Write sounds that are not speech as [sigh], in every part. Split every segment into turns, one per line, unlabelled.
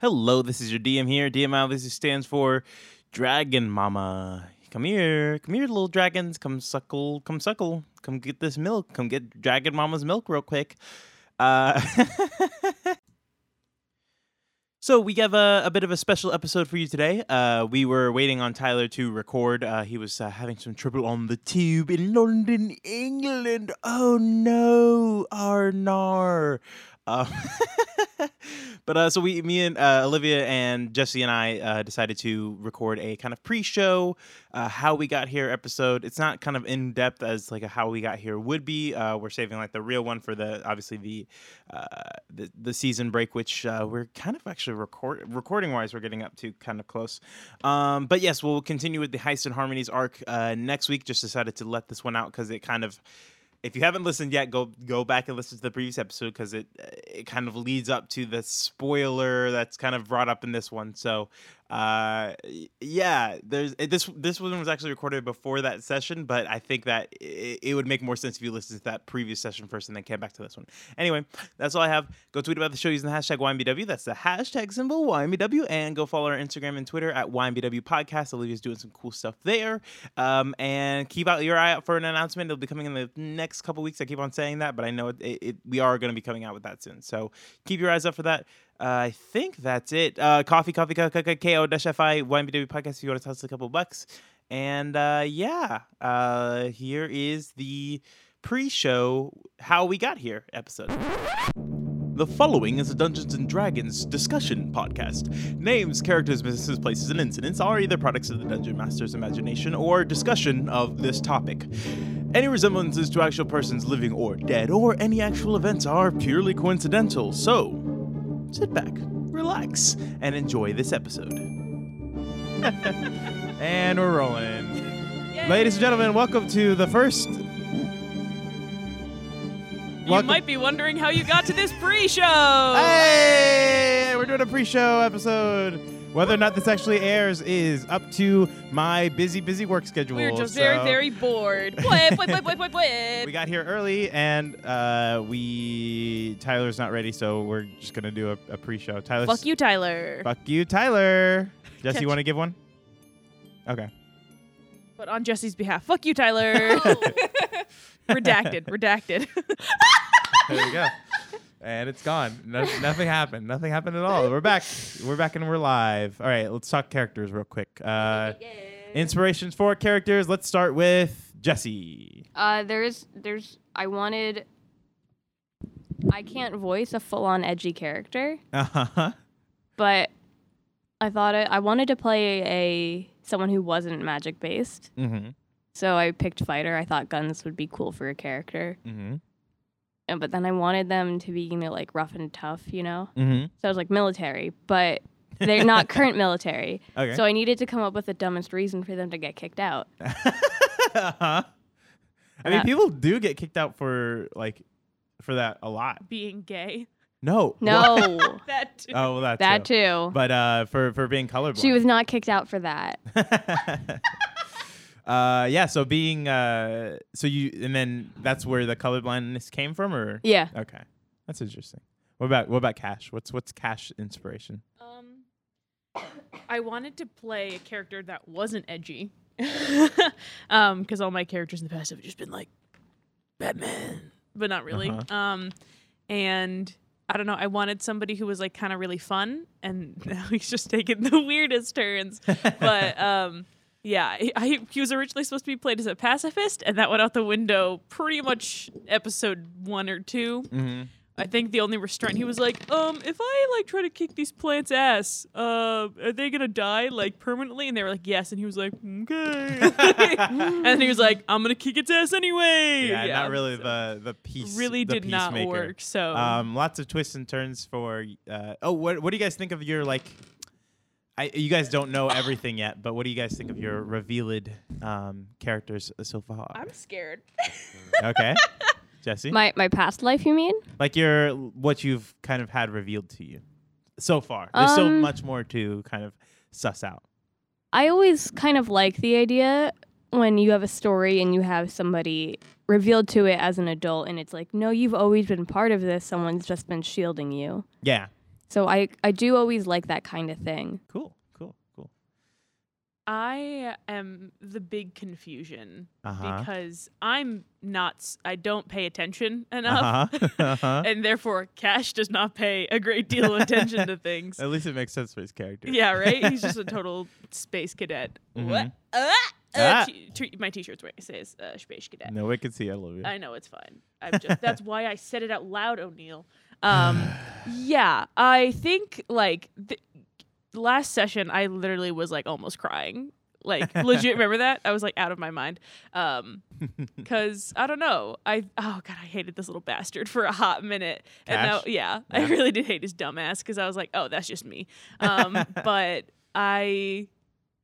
Hello, this is your DM here. DM obviously stands for Dragon Mama. Come here, come here, little dragons. Come suckle, come suckle. Come get this milk. Come get Dragon Mama's milk real quick. Uh, [laughs] so we have a, a bit of a special episode for you today. Uh, we were waiting on Tyler to record. Uh, he was uh, having some trouble on the tube in London, England. Oh no, Arnar. Um, [laughs] but uh, so we, me and uh, Olivia and Jesse and I uh, decided to record a kind of pre-show, uh, how we got here episode. It's not kind of in depth as like a how we got here would be. Uh, we're saving like the real one for the obviously the uh, the, the season break, which uh, we're kind of actually record recording wise we're getting up to kind of close. Um, but yes, we'll continue with the Heist and Harmonies arc uh, next week. Just decided to let this one out because it kind of if you haven't listened yet, go go back and listen to the previous episode because it it kind of leads up to the spoiler that's kind of brought up in this one. So, uh, y- yeah, there's eh, this this one was actually recorded before that session, but I think that it, it would make more sense if you listened to that previous session first and then came back to this one. Anyway, that's all I have. Go tweet about the show using the hashtag YMBW. That's the hashtag symbol YMBW, and go follow our Instagram and Twitter at YMBW Podcast. Olivia's doing some cool stuff there. Um, and keep out your eye out for an announcement. It'll be coming in the next couple weeks. I keep on saying that, but I know it, it, it- we are going to be coming out with that soon. So keep your eyes up for that. Uh, I think that's it. Uh, coffee, coffee, co- co- co- ko dash fi YMBW podcast. If you want to toss us a couple bucks, and uh, yeah, uh, here is the pre-show how we got here episode. The following is a Dungeons and Dragons discussion podcast. Names, characters, businesses, places, and incidents are either products of the Dungeon Master's imagination or discussion of this topic. Any resemblances to actual persons living or dead or any actual events are purely coincidental, so sit back, relax, and enjoy this episode. [laughs] and we're rolling. Ladies and gentlemen, welcome to the first.
You might be wondering how you got to this
[laughs]
pre-show.
Oh, Hey, we're doing a pre-show episode. Whether or not this actually airs is up to my busy, busy work schedule.
We're just very,
so-
very bored. Bwip, bwip, bwip, bwip, bwip,
[laughs]
bwip.
We got here early, and uh, we Tyler's not ready, so we're just gonna do a, a pre-show. Tyler,
Fuck you, Tyler.
fuck you,
[laughs]
Tyler. Jesse,
Catch-
you want to give one? Okay.
But on Jesse's behalf, fuck
[laughs]
you, Tyler. [laughs] redacted, redacted. [laughs]
There we go. And it's gone. No, nothing happened. Nothing happened at all. We're back. We're back and we're live. All right, let's talk characters real quick. Uh, Inspirations for characters. Let's start with Jesse.
Uh, there's, there's. I wanted. I can't voice a full-on edgy character,
Uh huh.
but I thought I, I wanted to play a someone who wasn't magic based.
Mm
So I picked fighter. I thought guns would be cool for a character,
hmm. Mm
and, but then I wanted them to be you know, like rough and tough, you know.
hmm. Mm
So I was like military, but they're not current military.
hmm. Okay.
So I needed to come up with the dumbest reason for them to get kicked out.
uh huh. I mean,
Yeah.
people do get kicked out for like for that a lot.
Being gay.
No. What?
No,
That too.
Oh, well, that's
that too.
But uh, for for being colorblind.
She was not kicked out for that.
[laughs] uh, yeah. So being uh, so you and then that's where the colorblindness came from, or
Yeah.
okay, that's interesting. What about what about Cash? What's what's Cash inspiration?
Um,
Oh.
I wanted to play a character that wasn't edgy, [laughs] um, because all my characters in the past have just been like Batman, but not really.
Uh-huh.
Um, and I don't know. I wanted somebody who was like kind of really fun, and [laughs] now he's just taking the weirdest turns.
[laughs]
But um. Yeah, I, I, he was originally supposed to be played as a pacifist, and that went out the window pretty much episode one or two.
Mm-hmm.
I think the only restraint he was like, um, if I like try to kick these plants' ass, uh, are they gonna die like permanently? And they were like, yes. And he was like, okay. [laughs] and then he was like, I'm gonna kick its ass anyway.
Yeah, not really
so
the the piece.
Really
the
did not
peacemaker.
work. So
Um, lots of twists and turns for. Uh, oh, what what do you guys think of your like? I, you guys don't know everything yet, but what do you guys think of your revealed um, characters so far?
I'm scared.
[laughs]
okay, [laughs] Jesse.
My my past life, you mean?
like your what you've kind of had revealed to you so far. There's so
Um,
much more to kind of suss out.
I always kind of like the idea when you have a story and you have somebody revealed to it as an adult and it's like, "No, you've always been part of this. Someone's just been shielding you."
Yeah.
So I I do always like that kind of
[laughs]
thing.
Cool, cool, cool.
I am the big confusion
Uh huh.
because I'm not, s- I don't pay attention
Uh
enough.
huh.
[laughs]
Uh-huh.
and therefore, Cash does not pay a great deal of
[laughs]
attention to things.
At least it makes sense for his character.
Yeah, right? He's just a total space cadet. What?
Mhm.
Uh,
Ah.
uh, t- t- my t shirt's wearing says uh, space cadet.
No one can see. I love you.
I know it's fine.
[laughs]
I'm just that's why I said it out loud, O'Neill.
[sighs]
Um, yeah, I think like th- last session, I literally was like almost crying. Like legit, remember that? I was like out of my mind.
[laughs]
Um, cause I don't know. I oh god, I hated this little bastard for a hot minute. And now,
Cash?
yeah, I
Yeah.
really did hate his dumbass because I was like, oh, that's just me.
[laughs]
Um, but I.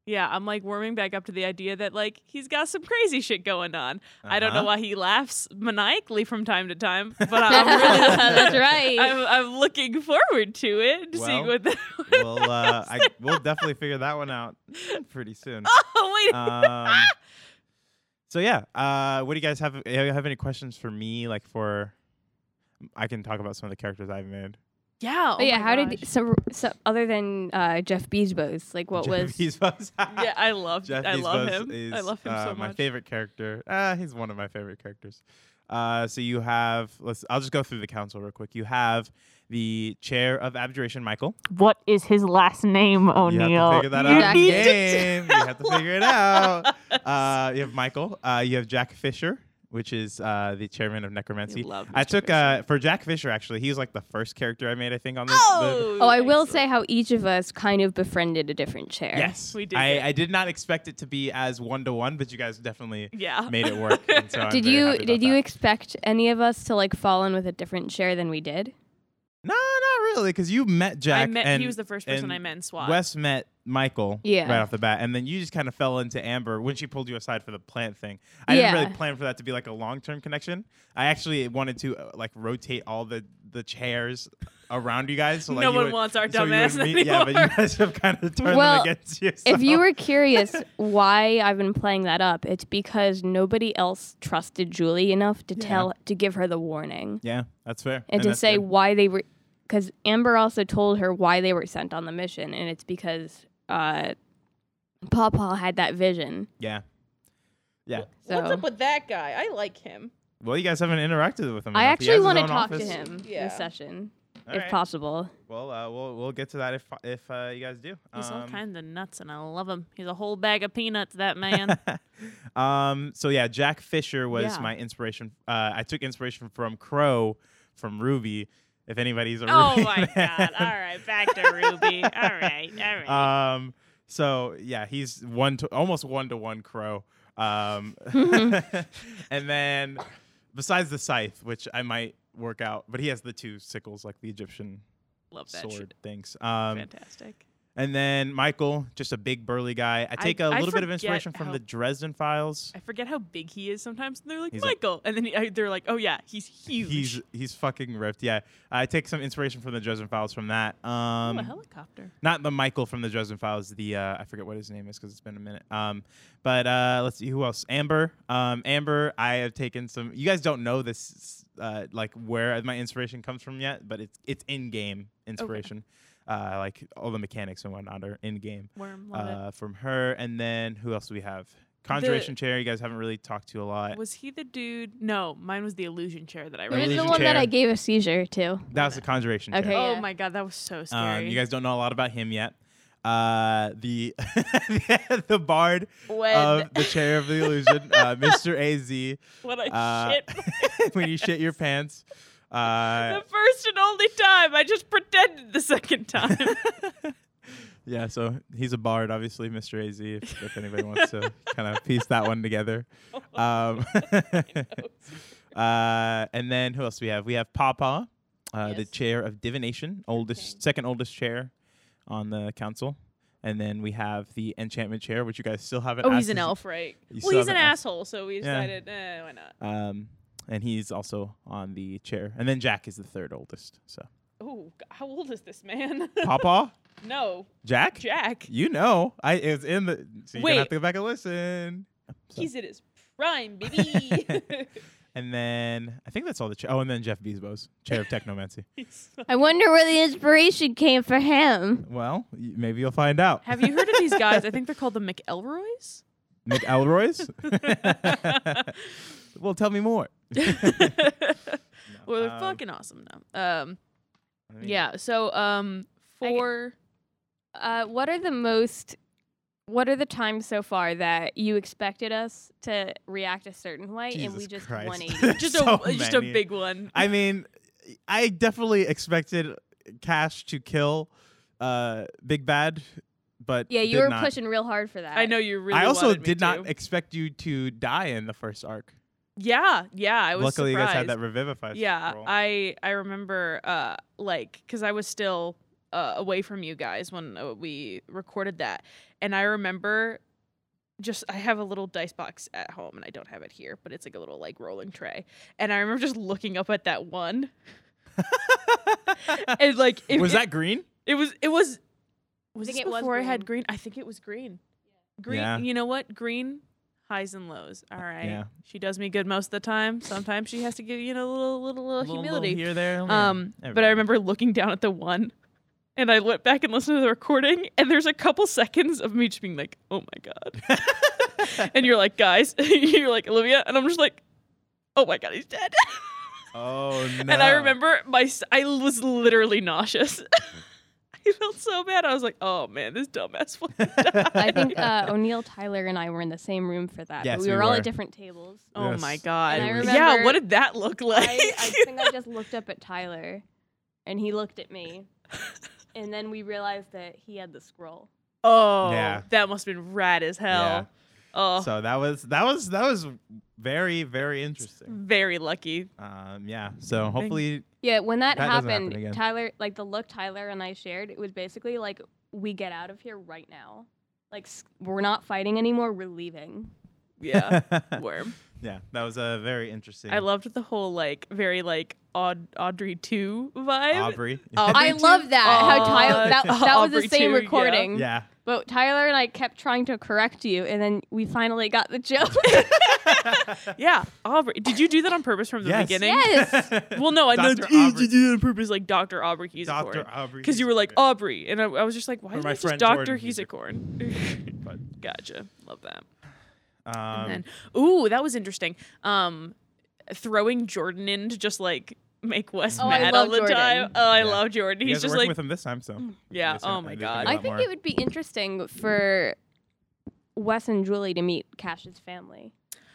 Yeah, I'm like warming back up to the idea that like he's got some crazy shit going on. I don't know
Uh-huh.
why he laughs maniacally from time to time,
[laughs]
but I'm really [laughs]
[laughs] That's right.
I'm, I'm looking forward to it, to seeing
Well,
what the [laughs]
Well, uh, I, we'll definitely figure that one out pretty soon.
[laughs] oh wait.
Um, so yeah, uh, what do you guys have? do you Have any questions for me? Like for, I can talk about some of the characters I've made.
yeah. oh
oh
But yeah, how did so, so other than uh, Jeff Bezos,
[laughs]
like what was
Jeff Bezos.
[laughs] Yeah, I love
Jeff
I love
Bezos
him.
Is,
I love him
uh,
so much.
My favorite character. Uh, he's one of my favorite characters. Uh, so you have. Let's. I'll just go through the council real quick. You have the chair of abjuration, Michael.
What is his last name,
You have to figure that
You
out.
need
You,
to
game. you have to figure it out. [laughs] Uh, you have Michael. Uh, you have Jack Fisher, which is uh, the chairman of necromancy.
love
I
Mr.
took
Fisher.
uh, for Jack Fisher actually. He was like the first character I made. I think on this. uh, the-
Oh,
Oh, I will say how each of us kind of befriended a different chair.
yes,
We did it.
I, I did not expect it to be as one to one, but you guys definitely
[laughs]
Yeah.
made it work. and so I'm
Did
very
you
happy about
did you
that.
expect any of us to like fall in with a different chair than we did?
no, not really, because you met Jack.
I met
and
he was the first person
and
I met in SWAT.
Wes met Michael
Yeah.
right off the bat, and then you just kind of fell into Amber when she pulled you aside for the plant thing. I didn't
Yeah.
really plan for that to be like a long term connection. I actually wanted to uh, like rotate all the the chairs around you guys. So like
No
you
one
would-
wants our
so you would
dumbass
meet- Yeah, but you
anymore.
guys have kind of turned
Well,
them against you.
If you
so-
were curious why I've been playing that up, it's because nobody else trusted Julie enough to
Yeah.
tell to give her the warning
yeah, that's fair.
and, to
that's
say
good.
why they were cuz Amber also told her why they were sent on the mission and it's because uh Pawpaw had that vision.
yeah, yeah.
So
with that guy? I like him.
Well, you guys haven't interacted with him.
I
enough. He has
actually
his
want to
own
talk to
office.
him
Yeah.
this session
All
if
right.
possible.
Well, uh, we'll we'll get to that if if uh, you guys do.
He's all
Um,
kinds of nuts, and I love him. He's a whole bag of peanuts.
[laughs]
That man.
um, so yeah, Jack Fisher was
Yeah.
my inspiration. Uh, I took inspiration from Crow, from Ruby. If anybody's a
oh
Ruby
my god! All
fan.
right, back
[laughs]
to Ruby. All right, all right.
Um, so yeah, he's one to almost one to one Crow. Um,
[laughs]
[laughs] and then besides the scythe, which I might work out, but he has the two sickles like the Egyptian
love that shit.
sword things. Um,
Fantastic.
and then Michael, just a big burly guy. I take a
I
little bit of
forget
inspiration from
how-
the Dresden Files.
I forget how big he is sometimes. And they're like
He's a-
Michael, and then he, I, they're like, oh yeah, he's huge.
He's he's fucking ripped. Yeah, I take some inspiration from the Dresden Files from that.
Ooh,
Um,
a helicopter.
not the Michael from the Dresden Files. The uh, I forget what his name is because it's been a minute. Um, but uh, let's see who else. Amber. Um, Amber. I have taken some. You guys don't know this, uh, like where my inspiration comes from yet, but it's it's in game inspiration. Uh, like all the mechanics and whatnot are in game
Worm, love
uh, from her. And then who else do we have? Conjuration chair. You guys haven't really talked to a lot.
it. Was he the dude? No, mine was the illusion chair that I
He was
read.
the
Illusion
one that
chair.
I gave a seizure to.
That was the conjuration chair.
Okay,
Oh
Yeah.
my god, that was so
Um,
Oh, scary.
you guys don't know a lot about him yet. Uh, the [laughs] the bard
when
of the chair of the illusion, uh, Mr. Az.
what a
Uh, [laughs]
shit.
when you shit your pants.
[laughs] the
Uh,
first and only time. I just pretended
[laughs]
the second time.
yeah, so he's a bard, obviously, Mr. Az. If, if anybody wants
[laughs]
to kind of piece that one together. Um, [laughs] uh, and then who else do we have? We have Papa, uh, the
Yes.
chair of divination, oldest,
Okay.
second oldest chair on the council. And then we have the enchantment chair, which you guys still haven't.
oh,
asked
he's an
his-
elf, right?
You
Well,
still
he's an
haven't asked-
asshole, so we
Yeah.
decided, eh, why not?
Um, and he's also on the chair. And then Jack is the third oldest. So
Oh, how old is this man? [laughs]
Papa,
no,
Jack,
Jack.
you know, I it's in the. So you're
Wait.
gonna have to go back and listen. So-
[laughs] He's at his prime, baby.
And then I think that's all the cha- oh, and then Jeff Bezos, chair [laughs] of technomancy.
I wonder where the inspiration came for him.
well, y- maybe you'll find out.
[laughs] Have you heard of these guys? I think they're called the [laughs] McElroys.
Nick
[laughs]
Alroy's? [laughs] well, tell me more.
Well, they're
Um,
fucking awesome though. Um,
I mean,
yeah. So, um,
I g-
for
Uh, what are the most? What are the times so far that you expected us to react a certain way and
Jesus
we just
Christ. [laughs]
180?
just
So
a just a
many.
big one.
I mean, I definitely expected Cash to kill uh, Big Bad, but
Yeah, you
did
were
not.
pushing real hard for that.
I know you really.
I also
wanted me
did not
to.
expect you to die in the first arc.
yeah, yeah. I was
Luckily, you guys
surprised.
had that revivify.
yeah
scroll.
i [laughs] i remember uh like because i was still uh, away from you guys when uh, we recorded that and i remember just i have a little dice box at home and i don't have it here but it's like a little like rolling tray and i remember just looking up at that one and like it
was
it,
that green?
it was it was was
I think
this
it was
before i had
green.
green i think it was green green
Yeah.
you know what green highs and lows all right
yeah.
she does me good most of the time sometimes she has to give you know, a little little little humility
here, there.
um, but I remember looking down at the one, and I went back and listened to the recording, and there's a couple seconds of me just being like, "Oh my god," and you're like, "Guys," [laughs] you're like, "Olivia," and I'm just like, "Oh my god, he's dead." [laughs]
Oh no!
And I remember my s- I was literally nauseous. [laughs] I felt so bad. I was like, "Oh man,
[laughs]
this dumbass." one."
I think
[laughs]
uh, O'Neill, Tyler, and I were in the same room for that.
Yes,
but we,
we
were all
were.
at different tables.
oh
Yes.
my god.
And I
yeah,
remember-
what did that look like?
I, I think I just looked up at Tyler, and he looked at me, and then we realized that he had the scroll.
[laughs] oh,
Yeah.
that must have been rad as hell.
Yeah.
Oh,
So that was that was that was very very interesting.
very lucky.
Um, yeah. So [laughs] hopefully,
Yeah, when that,
That doesn't happen
happened,
again.
Tyler, like the look Tyler and I shared, it was basically like, "We get out of here right now. Like s- we're not fighting anymore. We're leaving."
[laughs]
Yeah, worm.
yeah, that was a very interesting.
Uh, I loved the whole like very like Aud- Audrey two vibe.
Aubrey.
Aubrey
I
too.
love that.
Aw.
how
[laughs]
Tyler that, that was
Aubrey
the same
too, yeah.
[laughs]
recording,
yeah.
but Tyler and I kept trying to correct you, and then we finally got
[laughs]
the joke.
[laughs] Yeah, Aubrey. Did you do that on purpose from the
Yes.
beginning?
yes.
[laughs] Well, no, I know
Dr.
you-
Aubrey.
you did it on purpose, like Doctor Aubrey Heesicorn.
Doctor Aubrey.
Because you were like "Oh."
Heesicorn.
Aubrey, and I, I was just like, why
Or
is
my
it just
friend
Doctor
Jordan
Heesicorn?
But,
[laughs] gotcha. Love that.
um,
and then, ooh, that was interesting. Um, throwing Jordan in to just like make Wes
Oh, I
mad all
love
the
Jordan.
time. Oh, I
Yeah.
love Jordan.
you
He's
guys are
just
working
like,
with him this time, so
Yeah,
It's gonna-
oh my
there's
God.
gonna be a
I
lot
think
more.
it would be interesting for Wes and Julie to meet Cash's family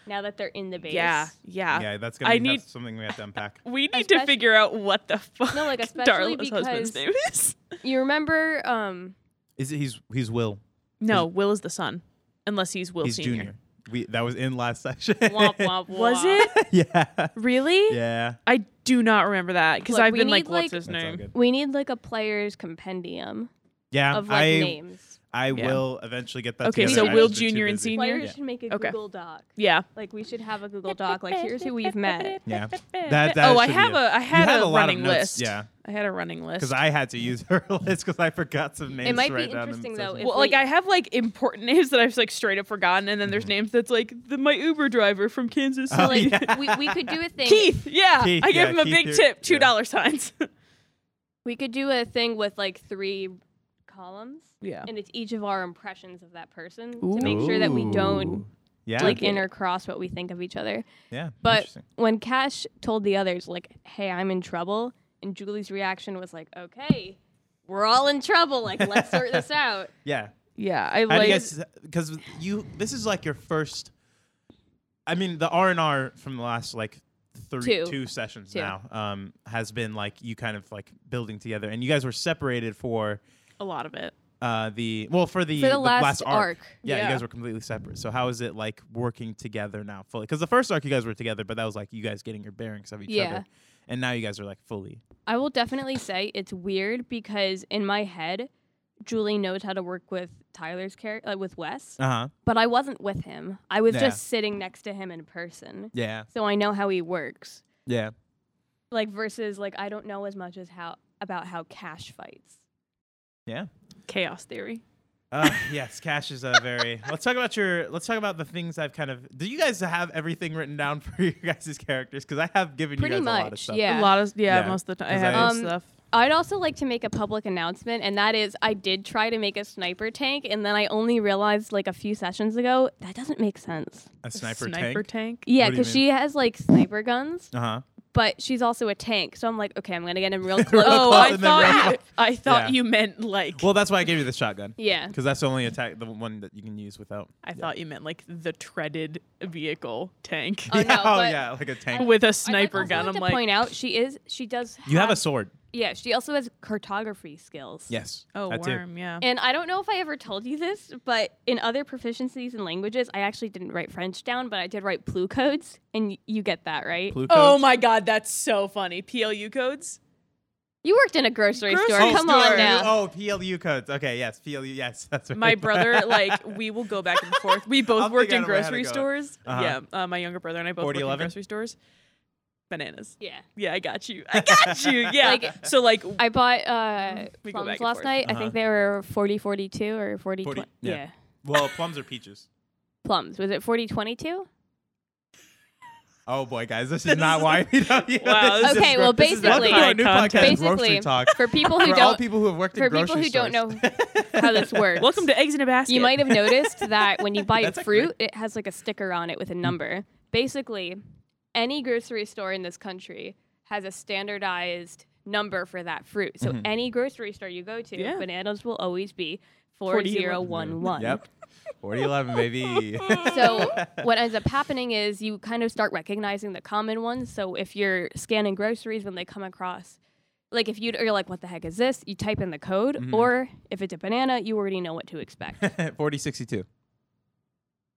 now that they're in the base.
yeah, yeah,
Yeah, that's gonna
I
be have
need-
something we have
[laughs]
to unpack.
We need to
Especially-
figure out what the fuck
[laughs] No, like, especially
Darla's husband's
because-
name is. [laughs]
You remember um
Is it, he's he's Will?
No, Will is the son, unless he's Will
he's
Senior.
Junior. We that was in last session. [laughs]
womp
[laughs]
womp
Was
womp.
it
yeah.
really?
Yeah.
I do not remember that because
Look,
I've
we
been like,
need,
what's
like-
his
That's all
name?
good.
We need like a player's compendium
Yeah.
of like
Um, I
names.
I
Yeah.
will eventually get that.
Okay,
together.
so
I've
Will
just been too
Junior and
busy.
Senior?
Players
Yeah.
should make a
Okay.
Google Doc.
Yeah.
Like we should have a Google Doc. Like here's who we've met.
Yeah. That, that
oh, I
should be
have
it.
a I had,
had
a,
a lot of
running
notes,
list.
yeah.
I had a running list.
because I had to use her [laughs] list because I forgot some names.
It
to
might be
write down in
interesting
the
though.
session.
If
well,
we,
like I have like important [laughs] names that I've like straight up forgotten, and then there's names that's like the, my Uber driver from Kansas City,
Mm-hmm. Oh,
like
yeah.
we, we
[laughs]
could do a
[laughs]
thing.
Keith. Yeah,
Keith,
I gave
yeah,
him a
Keith,
big
you're-
tip, two
yeah.
dollar signs. [laughs]
We could do a thing with like three columns,
yeah,
and it's each of our impressions of that person to make sure that we don't
yeah,
like
Okay.
intercross what we think of each other.
yeah,
But
interesting.
when Cash told the others, like, hey, I'm in trouble, and Julie's reaction was like, okay, we're all in trouble. Like, let's
[laughs]
sort this out.
yeah.
yeah. I
How do
like.
you guys? Because you, this is like your first. I mean, the R and R from the last like three
Two.
sessions
Two.
now um, has been like you kind of like building together, and you guys were separated for
a lot of it.
uh, the well for the,
For the last
arc.
arc.
Yeah,
Yeah.
you guys were completely separate. So how is it like working together now fully? Because the first arc you guys were together, but that was like you guys getting your bearings of each
Yeah.
other, and now you guys are like fully
I will definitely say it's weird because in my head, Julie knows how to work with Tyler's character, uh, with Wes,
uh huh
but I wasn't with him. I was
Yeah.
just sitting next to him in person.
yeah
So I know how he works.
yeah
Like, versus, like, I don't know as much as how about how Cash fights.
yeah
Chaos theory.
Uh, yes, Cash is a very. [laughs] let's talk about your. Let's talk about the things I've kind of. Do you guys have everything written down [laughs] for your guys' characters? Because I have given
Pretty
you guys a lot of
much,
stuff.
A
yeah.
lot of yeah,
Yeah,
most of the time I
'cause
have
I-
most
Um,
stuff.
I'd also like to make a public announcement, and that is I did try to make a sniper tank, and then I only realized like a few sessions ago that doesn't make sense.
A sniper,
sniper
tank.
tank.
Yeah,
What do you
because she has like sniper guns,
Uh huh.
but she's also a tank. So I'm like, okay, I'm going to get
[laughs]
him real close.
Oh,
close
I
and then
thought
run
you, [laughs] I thought
Yeah.
you meant like
Well, that's why I gave you the shotgun.
Yeah.
Because that's the only attack, the one that you can use without. [laughs]
I thought you meant like the treaded vehicle tank
Oh,
yeah,
no,
oh
but-
yeah, like a tank.
[laughs] with a
I'd, like,
sniper
also
gun.
Like
I'm
to
like,
point out she is she does.
You have a sword.
yeah. She also has cartography skills.
Yes.
oh,
that too.
worm, yeah.
And I don't know if I ever told you this, but in other proficiencies and languages, I actually didn't write French down, but I did write blue codes, and y- you get that right.
Blue
Oh
codes.
my god, that's so funny. PLU codes.
You worked in a grocery,
Grocery
store. Come on
store.
now.
Oh, PLU codes. Okay, yes, PLU. Yes, [laughs] that's what
My brother,
[laughs]
like, we will go back and forth. We both
I'll
worked
figure
in
out a way how to
grocery
go.
stores.
Uh-huh.
Yeah, uh, my younger brother and I both worked in
4011?
grocery stores.
[laughs]
Bananas.
Yeah.
Yeah, I got you. I got you. Yeah.
Like-
so like,
I bought uh,
We go back and
plums last
forth.
night. I
Uh-huh.
think they were 40 42 or 40,
40
20
yeah.
yeah.
Well, plums are peaches.
Plums. Was it 40 22?
Oh boy, guys, this
[laughs]
is
This
not
is-
YPW.
Wow,
This is
Okay,
just-
well,
this is welcome to our new podcast,
basically-
Grocery
basically,
Talk.
For
[laughs]
people who
for all
don't
people who have worked
for
in
people
grocery
who don't know
stores.
[laughs]
[laughs]
how this works.
welcome to eggs in a basket.
You might have noticed that when you buy
That's a Mm. great-
fruit, it has like a sticker on it with a number. Basically, any grocery store in this country has a standardized number for that fruit. So
Mm-hmm.
any grocery store you go to,
Yeah.
bananas will always be
4011.
[laughs]
4011.
Yep. 4011,
[laughs]
baby. [laughs]
So what ends up happening is you kind of start recognizing the common ones. So if you're scanning groceries when they come across, like if you'd- you're like, what the heck is this? You type in the code,
Mm-hmm.
or if it's a banana, you already know what to
[laughs]
expect.
4062.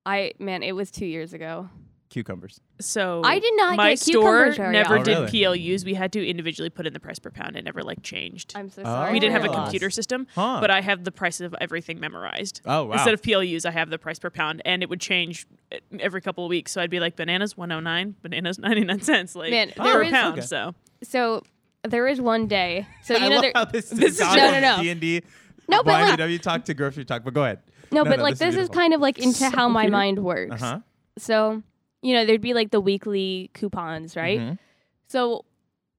I man, it was two years ago.
Cucumbers.
So
I did not
My
get
store
cucumbers very
never
often.
did
Oh,
PLUs. We had to individually put in the price per pound. It never like changed.
I'm so
Oh.
sorry.
we didn't have
for
a
your loss.
computer system,
Huh.
but I have the price of everything memorized.
Oh, wow.
Instead of PLUs, I have the price per pound, and it would change eh, every couple of weeks. So I'd be like, bananas 109, bananas [laughs] 99 cents, like
Man,
per
there is-
pound.
Okay.
So [laughs]
So there is one day. So
I
you know
love
there.
how
[laughs]
this,
this
is
is-
gone
no,
from
no, no.
D&D.
No, but, like-
YPW talk to grocery talk, but go ahead.
No, but like this, is, kind of like into
So
how my
weird.
mind works.
Uh-huh.
So you know there'd be like the weekly coupons, right?
Mhm.
[laughs] So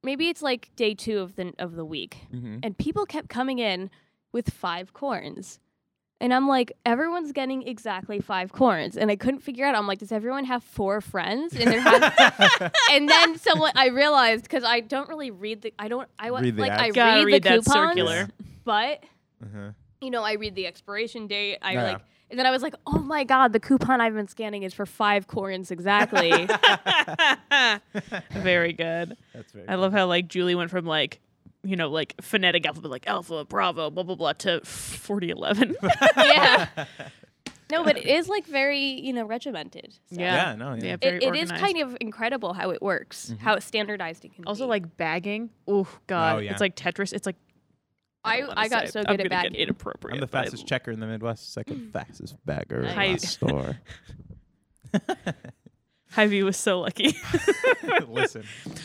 maybe it's like day two of the of the week,
Mhm.
and people kept coming in with five corns. And I'm like, everyone's getting exactly five corns, and I couldn't figure out. I'm like, does everyone have four friends?
[laughs]
And they're having and then someone I realized because I don't really read the I don't I wa-
Read the
like
ads.
gotta
I
read,
read, the
that
coupons,
circular.
but
Uh-huh.
you know I read the expiration date. I
Yeah.
like and then I was like, oh my god, the coupon I've been scanning is for five corns exactly.
[laughs] Very good.
That's very [laughs]
I love how like Julie went from like, you know, like phonetic alphabet, like alpha, bravo, blah blah blah, to
[laughs]
4011.
[laughs]
[laughs]
yeah. No, but it is like very you know regimented. So.
Yeah, no, yeah.
yeah very
It, it is
organized.
kind of incredible how it works,
Mm-hmm.
how it's standardized it can
Also,
be.
like bagging. Oh God,
Oh, yeah.
it's like Tetris. It's like
I,
don't wanna
I got
say
so
it. I'm
good at
gonna get
bagging.
Inappropriate.
I'm the
but I
fastest checker in the Midwest,
Hmm.
second fastest bagger in
Hi.
the
[laughs]
store. [laughs]
Hy-Vee was so lucky. [laughs]
Listen,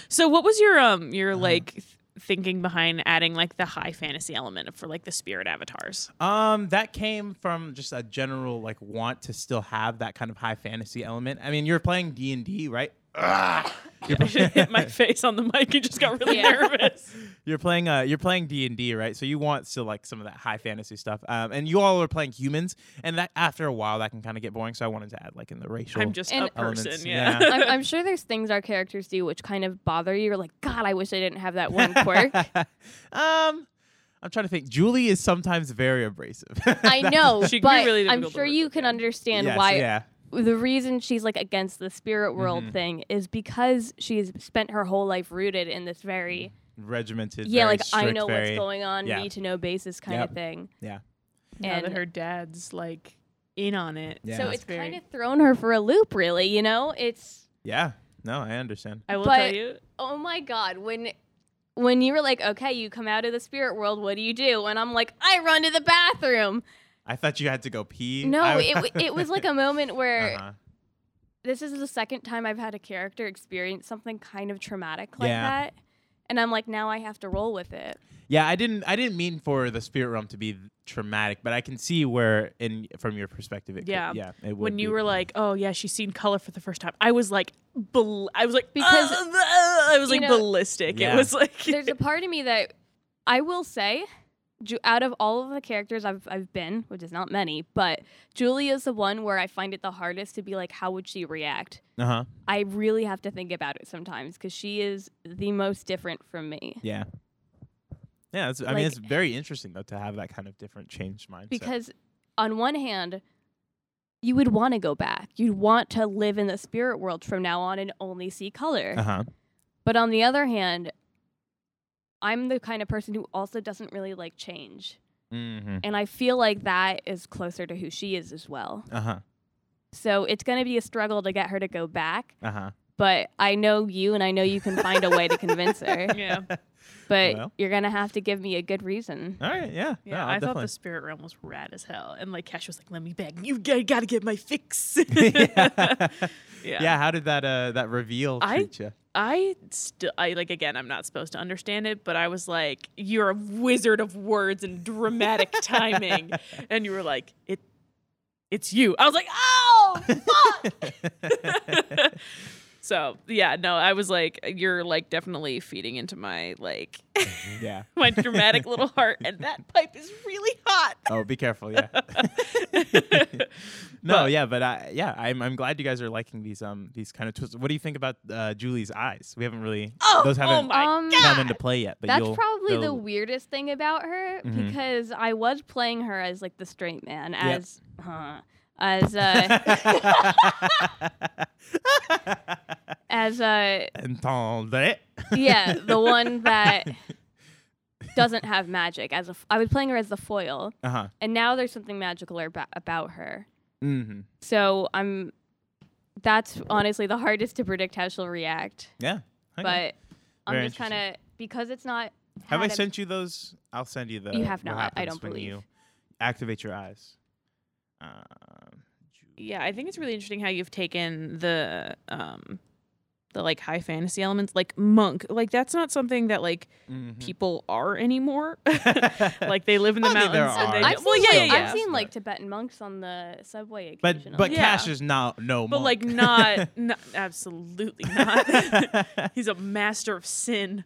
so, what was your um your
Uh-huh.
like th- thinking behind adding like the high fantasy element for like the
[laughs]
spirit avatars?
um, that came from just a general like want to still have that kind of high fantasy element. I mean, you're playing D and D, right?
Ah!
[laughs]
I should hit my face on the mic and just got really
Yeah.
nervous.
[laughs] You're playing uh, you're playing D and D, right? So you want still like some of that high fantasy stuff. Um, and you all are playing humans, and that after a while that can kind of get boring. So I wanted to add like in the racial.
I'm just a
And-
Elements,
person.
yeah.
Yeah.
I'm, I'm sure there's things our characters do which kind of bother you. You're like, God, I wish I didn't have
[laughs]
that one
[laughs]
quirk.
um, I'm trying to think. Julie is sometimes very abrasive. [laughs]
[laughs] I know,
She can be
but
really
I'm
difficult to
sure
work
you
with,
can
yeah.
understand
Yes,
why
Yeah.
the reason she's like against the spirit world
Mm-hmm.
thing is because she's spent her whole life rooted in this very
Regimented.
yeah,
Mm. very
like I
strict,
know
very,
what's going on,
yeah.
need to know basis kind
Yep.
of thing.
Yeah.
[laughs] Now that
And-
her dad's like in on it.
Yeah.
So
That's
it's kind of thrown her for a loop, really. You know, it's
Yeah. No, I understand.
I will
but-
tell you.
oh my god when when you were like, okay, you come out of the spirit world, what do you do? And I'm like, I run to the bathroom.
I thought you had to go pee.
No,
I-
it w- it was like a moment where
[laughs] Uh-huh.
this is the second time I've had a character experience something kind of traumatic like
Yeah. [laughs]
that. And I'm like, now I have to roll with it.
Yeah, I didn't. I didn't mean for the spirit realm to be traumatic, but I can see where, in from your perspective, it could-
Yeah.
yeah, it would
when you
be.
were like, "Oh yeah, she's seen color for the first time," I was like, bal- I was like,
Because-
because I was like
you know,
ballistic.
Yeah.
It was like,
there's a part of me that I will say, Ju- out of all of the characters I've I've been, which is not many, but Julie is the one where I find it the hardest to be like, how would she react?
uh huh,
I really have to think about it sometimes because she is the most different from me.
yeah, yeah. It's, I mean,
Like-
it's very interesting though to have that kind of different changed mindset.
Because on one hand, you would want to go back. You'd want to live in the spirit world from now on and only see color.
uh huh,
But on the other hand, I'm the kind of person who also doesn't really like change.
mm-hmm.
And I feel like that is closer to who she is as well.
uh huh,
So it's going to be a struggle to get her to go back.
uh huh.
But I know you and I know you can find a way to convince her.
[laughs] [laughs] yeah,
But
Well.
you're going to have to give me a good reason.
[laughs]
Oh
All right, yeah,
yeah.
No, I'll
I thought
definitely.
the spirit realm was rad as hell, and like Cash was like, "Let me back. You g- gotta get my fix."
[laughs]
[laughs]
yeah.
Yeah.
yeah, how did that uh that reveal
I-
treat you?
I still, I like again, I'm not supposed to understand it, but I was like, "You're a wizard of words and dramatic timing," and you were like, "It, it's you." I was like, "Oh."
[laughs]
[laughs]
So yeah, no, I was like, you're like definitely feeding into my like [laughs]
yeah.
my dramatic little heart, and that pipe is really hot. [laughs]
Oh, be careful. Yeah. [laughs] no, yeah, but I, yeah, I'm, I'm glad you guys are liking these um these kind of twists. What do you think about uh, Julie's eyes? We haven't really
Oh,
those
oh
haven't
my
Um,
god!
come into play yet. But
That's
you'll-
probably the
they'll-
weirdest thing about her
Mm-hmm.
Mhm.
because I was playing her as like the straight man, as, huh,
[laughs]
as, uh, as, uh,
[laughs] Entendre. [laughs]
yeah, the one that doesn't have magic. As a, f- I was playing her as the foil,
Uh huh.
and now there's something magical or ba- about her.
Mm-hmm.
So I'm. That's honestly the hardest to predict how she'll react.
Yeah. Okay.
But I'm
Very
just kind of because it's not.
have I
had a-
sent you those? I'll send you the.
You have
what
not. I
happens
don't
when
believe.
You activate your eyes. Um,
Yeah, I think it's really interesting how you've taken the um the like high fantasy elements, like monk. Like that's not something that like
mhm.
people are anymore.
[laughs]
like they live in the
I mean,
mountains.
there
and they
are.
don't-
I've seen,
well, yeah,
like,
yeah, yeah.
I've seen like Tibetan monks on the subway occasionally.
[laughs] [laughs] But but
Yeah.
Cash is now no
but
monk.
like [laughs] not, not absolutely not.
[laughs]
[laughs]
[laughs]
he's a master of sin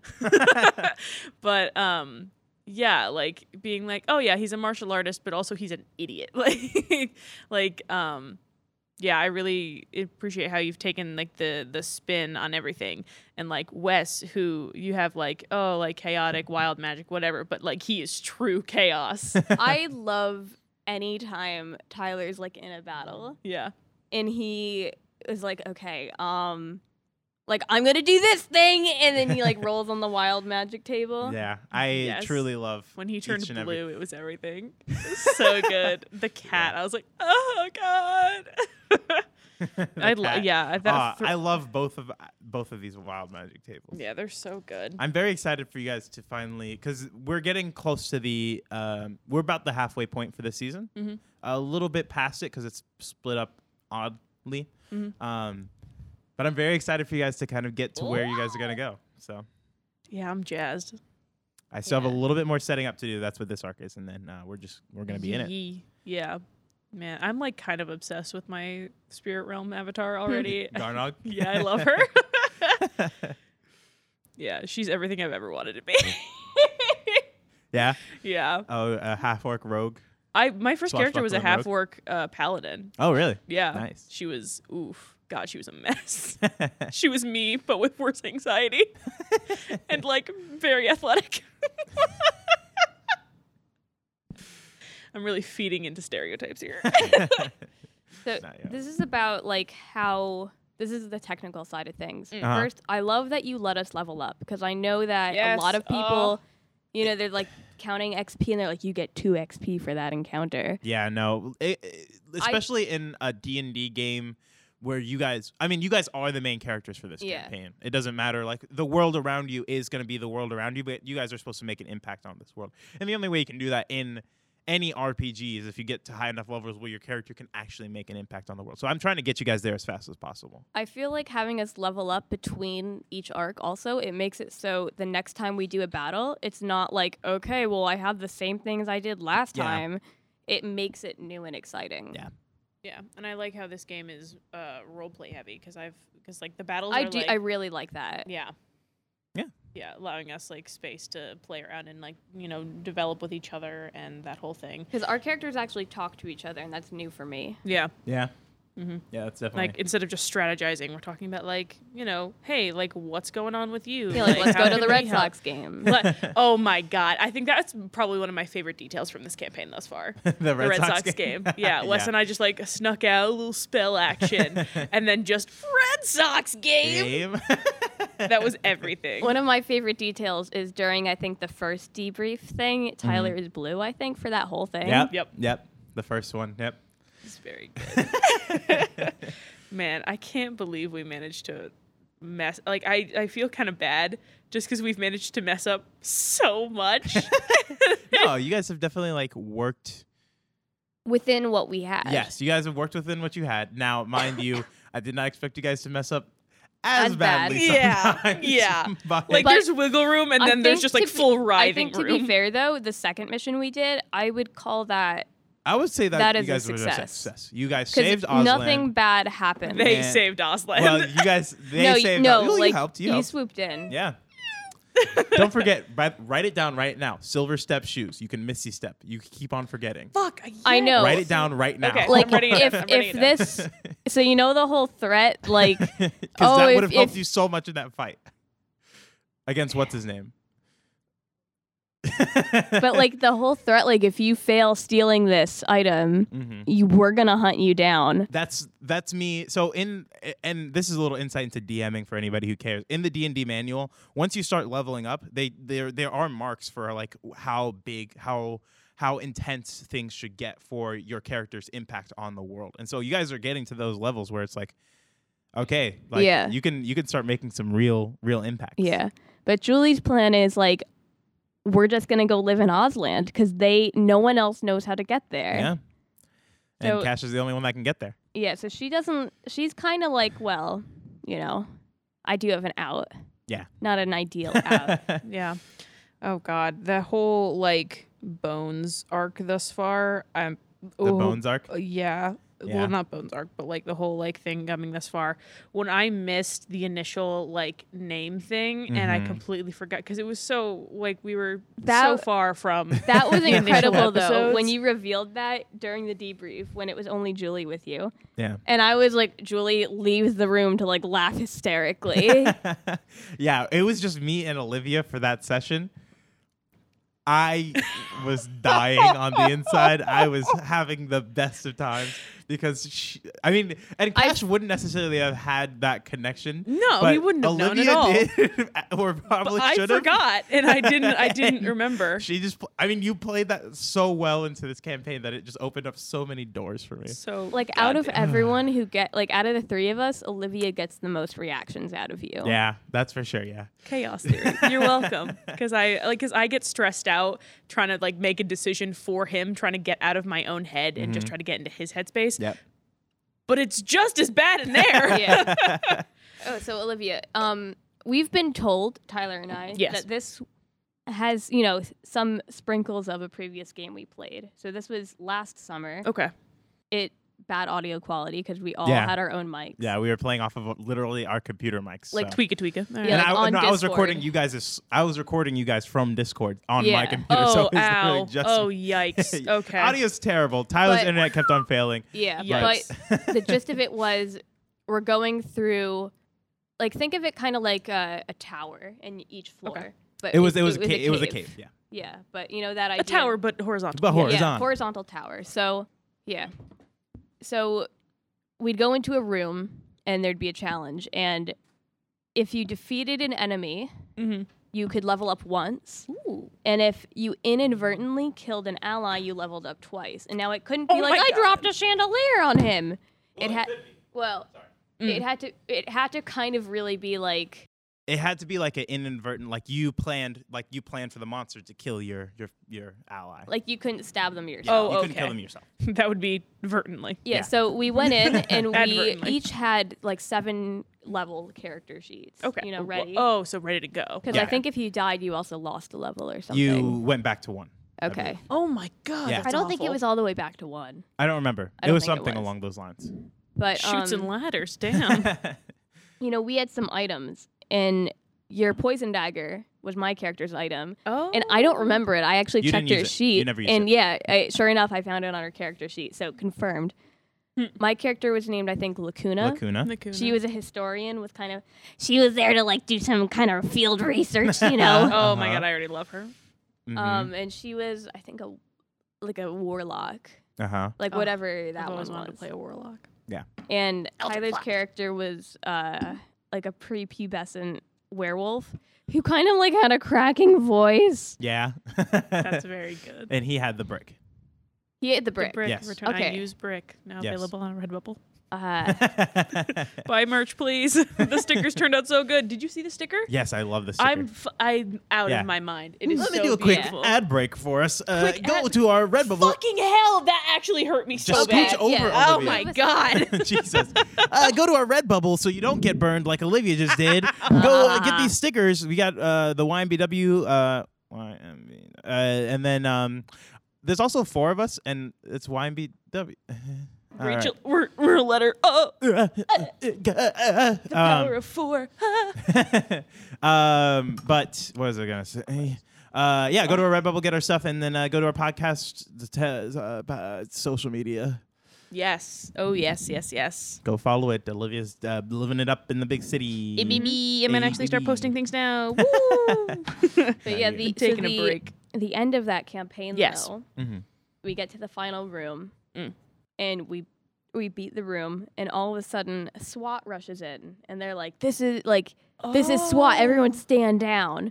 [laughs] but um yeah like being like oh yeah he's a martial artist but also he's an idiot [laughs] like like um yeah i really appreciate how you've taken like the the spin on everything and like wes who you have like oh like chaotic wild magic whatever but like he is true [laughs] chaos
I love any time Tyler's like in a battle
yeah
and he is like, okay, um, like I'm gonna do this thing, and then he like
[laughs]
rolls on the wild magic table.
[laughs]
yeah, I
Yes.
truly love
when he
each
turned
and [laughs]
blue [laughs]
every-
it was everything so good the cat i was like oh god
[laughs] the
I lo-
cat.
yeah, that
Ah,
thr-
I love both of both of these wild magic tables.
yeah, they're so good.
I'm very excited for you guys to finally because we're getting close to the um, we're about the halfway point for this season,
Mhm.
a little bit past it because it's split up oddly.
Mhm.
Um, but I'm very excited for you guys to kind of get to where you guys are gonna go. So
yeah, I'm jazzed.
I still have a
Yeah.
little bit more setting up to do. That's what this arc is, and then uh, we're just we're gonna be in it.
Yee. Yeah, man, I'm like kind of obsessed with my spirit realm
Hmm.
avatar
[laughs]
already.
Darnog.
[laughs] yeah, I love her.
[laughs]
yeah, she's everything I've ever wanted to be.
yeah.
[laughs] yeah,
Oh, a half orc rogue.
I my first character was a
Swashbuckling rogue.
half orc uh, paladin.
Oh, really?
Yeah,
Nice.
She was oof. God, she was
[laughs]
a mess. she was me, but with worse anxiety, and like very athletic. [laughs] I'm really feeding into
[laughs]
stereotypes here.
So
Not yet.
this is about like how this is the technical side of things.
Uh-huh.
First, I love that you let us level up because I know that
Yes,
a lot of
oh.
people, you know, they're like counting XP and they're like, you get two XP for that encounter.
[laughs] Yeah, no, it, it- especially in a D and D game where you guys, I mean, you guys are the main characters for this
Yeah.
campaign. It doesn't matter. Like the world around you is going to be the world around you, but you guys are supposed to make an impact on this world, and the only way you can do that in any RPGs if you get to high enough levels where your character can actually make an impact on the world. So I'm trying to get you guys there as fast as possible.
I feel like having us level up between each arc also, it makes it so the next time we do a battle, it's not like, okay, well, I have the same things I did last
Yeah.
time. It makes it new and exciting.
Yeah.
Yeah, and I like how this game is uh, role play heavy because I've because like the battles.
I
are,
do
Like,
I really like that.
yeah.
Yeah.
Yeah, allowing us like space to play around and like you know develop with each other and that whole thing.
Because our characters actually talk to each other and that's new for me.
Yeah.
Yeah.
Mhm.
Yeah, that's definitely.
Like instead of just strategizing, we're talking about like you know, hey, like what's going on with you?
[laughs] Yeah, like, let's
how
go to
can
the
we
Red
help?
Sox [laughs] game.
Let- oh my god! I think that's probably one of my favorite details from this campaign thus far.
[laughs] the
[laughs] the Red Sox, game. Yeah, [laughs] Wes and I just like snuck out a little spell [laughs] action, and then just Red Sox game. [laughs] That was everything.
One of my favorite details is during I think the first debrief thing, Tyler is blue, I think, for that whole thing.
Mm-hmm. Yep. Yep.
Yep.
Yep. The first one. Yep.
It's very good. [laughs] Man, I can't believe we managed to mess. Like, I, I feel kind of bad just because we've managed to mess up so [laughs] much.
No, you guys have definitely like worked.
Within what we had.
Yes, you guys have worked within what you had. Now, mind
[laughs]
you, I did not expect you guys to mess up as,
As bad.
badly.
yeah,
sometimes,
yeah.
[laughs] but-
Like,
But
there's wiggle room, and
I
then there's
think
just
to
like
be-
full
I
writhing
think to
room.
be fair though, the second mission we did, I would call that
I would say that,
That
you
is a
guys would have said
success.
success. You guys
because
saved Auslan.
nothing bad happened.
they
Man.
saved Auslan.
Well,
[laughs]
you
[laughs]
guys, they
no, y-
saved.
no,
Well,
like
you helped. You
he
helped.
swooped in. [laughs]
Yeah. Don't forget. write- Write it down right now. Silver step shoes. You can missy step. You keep on forgetting.
Fuck.
I
yes.
know.
Write it down right now.
Okay.
[laughs]
Like
I'm writing it
if
down. I'm
if
writing it
this, so you know the whole
[laughs]
threat, like
Because
Oh,
that
if-
would have helped
if-
you so much in that fight against what's his name.
but like the whole threat, like if you fail stealing this item,
hmm
you we're gonna hunt you down.
that's that's me. So in and this is a little insight into DMing for anybody who cares. In the D and D manual, once you start leveling up, they there there are marks for like how big how how intense things should get for your character's impact on the world. And so you guys are getting to those levels where it's like, okay, like
Yeah.
you can you can start making some real real impacts.
Yeah, but Julie's plan is like we're just gonna go live in Ozland because they no one else knows how to get there.
Yeah. And
So-
Cash is the only one that can get there.
Yeah, so she doesn't. She's kind of like, well, you know, I do have an out.
Yeah.
Not an ideal out.
Yeah. Oh God, the whole like bones arc thus far. I'm oh,
The bones arc.
Oh,
Yeah.
Yeah.
Well, not bones arc, but like the whole like thing coming this far. When I missed the initial like name thing, and I
Mhm.
completely forgot because it was so like we were so
That-
far from.
[laughs]
That was
The initial
incredible, though,
episodes.
when you revealed that during the debrief when it was only Julie with you.
Yeah.
And I was like, Julie leaves the room to like laugh hysterically.
yeah, it was just me and Olivia for that session. I
[laughs]
was dying on the inside. I was having the best of times because she, I mean, and
I-
Cash wouldn't necessily have had that connection.
No,
but
he wouldn't have known
Olivia
at all.
Did, [laughs] or probably
But I
should have.
forgot, and I didn't.
[laughs]
I didn't remember.
She just, pl- I mean, you played that so well into this campaign that it just opened up so many doors for me.
So
like, out of
goddamn-
everyone who get, like, out of the three of us, Olivia gets the most reactions out of you.
Yeah, that's for sure. Yeah.
chaos theory.
[laughs]
You're welcome. Because I like because I get stressed out trying to like make a decision for him, trying to get out of my own head and
Mm-hmm.
just try to get into his headspace.
Yep.
But it's just as bad in there.
[laughs] Yeah.
[laughs]
oh, so Olivia, um, we've been told Tyler and I
Yes.
that this has you know some sprinkles of a previous game we played. So this was last summer.
Okay.
It bad audio quality because we all
Yeah.
had our own mics.
Yeah, we were playing off of uh, literally our computer mics.
Like
so.
tweak it, tweak it. All right.
and [laughs]
like,
I,
on
no, I was
Discord.
recording you guys. as- I was recording you guys from Discord on my
Yeah.
computer. so
Oh,
it was literally
ow.
just
[laughs]
Oh,
[laughs]
yikes. Okay.
Audio's terrible. Tyler's
But-
internet kept on failing.
Yeah,
Yikes. [laughs]
but the gist of it was we're going through, like think of it kind of like a, a tower in each floor. But
It was it was, a, ca- it was a cave. Yeah,
Yeah, but you know that idea.
a tower, but horizontal.
but
Yeah,
horizontal.
horizontal tower. So, yeah. So we'd go into a room and there'd be a challenge. And if you defeated an enemy,
Mm-hmm.
you could level up once. And if you inadvertently killed an ally, you leveled up twice. And now it couldn't be
Oh
like,
my
I
God.
dropped a chandelier on
Mm.
him. it had, well, it had to, it had to kind of really be like,
It had to be like an inadvertent, like you planned, like you planned for the monster to kill your your your ally.
Like you couldn't stab them
Yeah,
yourself.
Oh,
you couldn't kill
okay.
them yourself.
[laughs] that would be vertently.
Yeah,
yeah.
so we went
[laughs]
in and we
Advertently.
each had like seven level character sheets.
Okay.
You know,
Wha-
ready.
Oh, so ready to go.
Because I
Yeah.
think if you died, you also lost a level or something.
You went back to one. I
okay.
believe.
Oh my god.
Yeah.
that's
I don't think it
awful.
was all the way back to one,
I don't remember. it
I don't
was
think it
something
was.
along those
[laughs]
lines. [laughs]
but
shoots
um,
and ladders.
[laughs]
Damn.
you know, we had some items, and your poison dagger was my character's item.
oh.
And I don't remember it. I actually
You
checked
didn't
her
use it.
sheet.
You never used
and
it.
yeah, I, sure enough, I found it on her character sheet. So confirmed.
Hmm.
My character was named, I think, Lacuna.
Lacuna.
Lacuna.
She was a historian with kind of, she was there to like do some kind of field research,
[laughs]
you know?
Oh my
Uh-huh.
god, I already love her.
Mhm.
Mm-hmm.
Um, and she was, I think, a like a warlock,
uh-huh.
like
Oh,
whatever
I've
that one
always wanted
was.
to play a warlock.
And
Eldritch
Tyler's
Blast.
character was uh, like a prepubescent werewolf who kind of like had a cracking voice.
Yeah.
That's very good.
[laughs] and he had the
[laughs]
brick.
He ate the brick.
The brick
Yes.
return. I
Okay.
use brick now
Yes.
available
[laughs]
on Redbubble.
Uh,
Buy merch, please. [laughs] the stickers turned out so good. Did you see the sticker?
yes, I love this.
I'm f- I'm out
Yeah.
of my mind. It is
Let me
so
do a quick
beautiful.
ad break for us. Uh,
Quick
go
ad-
to our Redbubble.
Fucking hell, that actually hurt me
Just
so
scooch
bad.
over,
yeah.
Oh
Olivia.
my god. [laughs]
Jesus. Uh, go to our Redbubble so you don't get burned like Olivia just did. go uh, get these stickers. We got uh, the YMBW, uh, YMB, uh, and then um, there's also four of us, and it's YMBW. [laughs] [laughs] All right.
Rachel, we're, we're a letter. Oh,
Uh, [laughs]
the
Um,
power of four. Ah.
um, but what was I gonna say? Uh, yeah, go to our Redbubble, get our stuff, and then uh, go to our podcast, the te- uh, p- uh, social media.
yes. Oh yes. Yes. Yes.
Go follow it. Olivia's uh, living it up in the big city.
ABB. I'm gonna actually start posting things now. Woo!
[laughs]
but yeah,
Not
the,
yet.
so
Taking
the-
a break.
The end of that campaign,
Yes. Mm-hmm.
though,
Mhm.
we get to the final room,
Mm.
and we we beat the room, and all of a sudden, SWAT rushes in, and they're like, "This is like this is SWAT. Everyone
Oh.
stand down."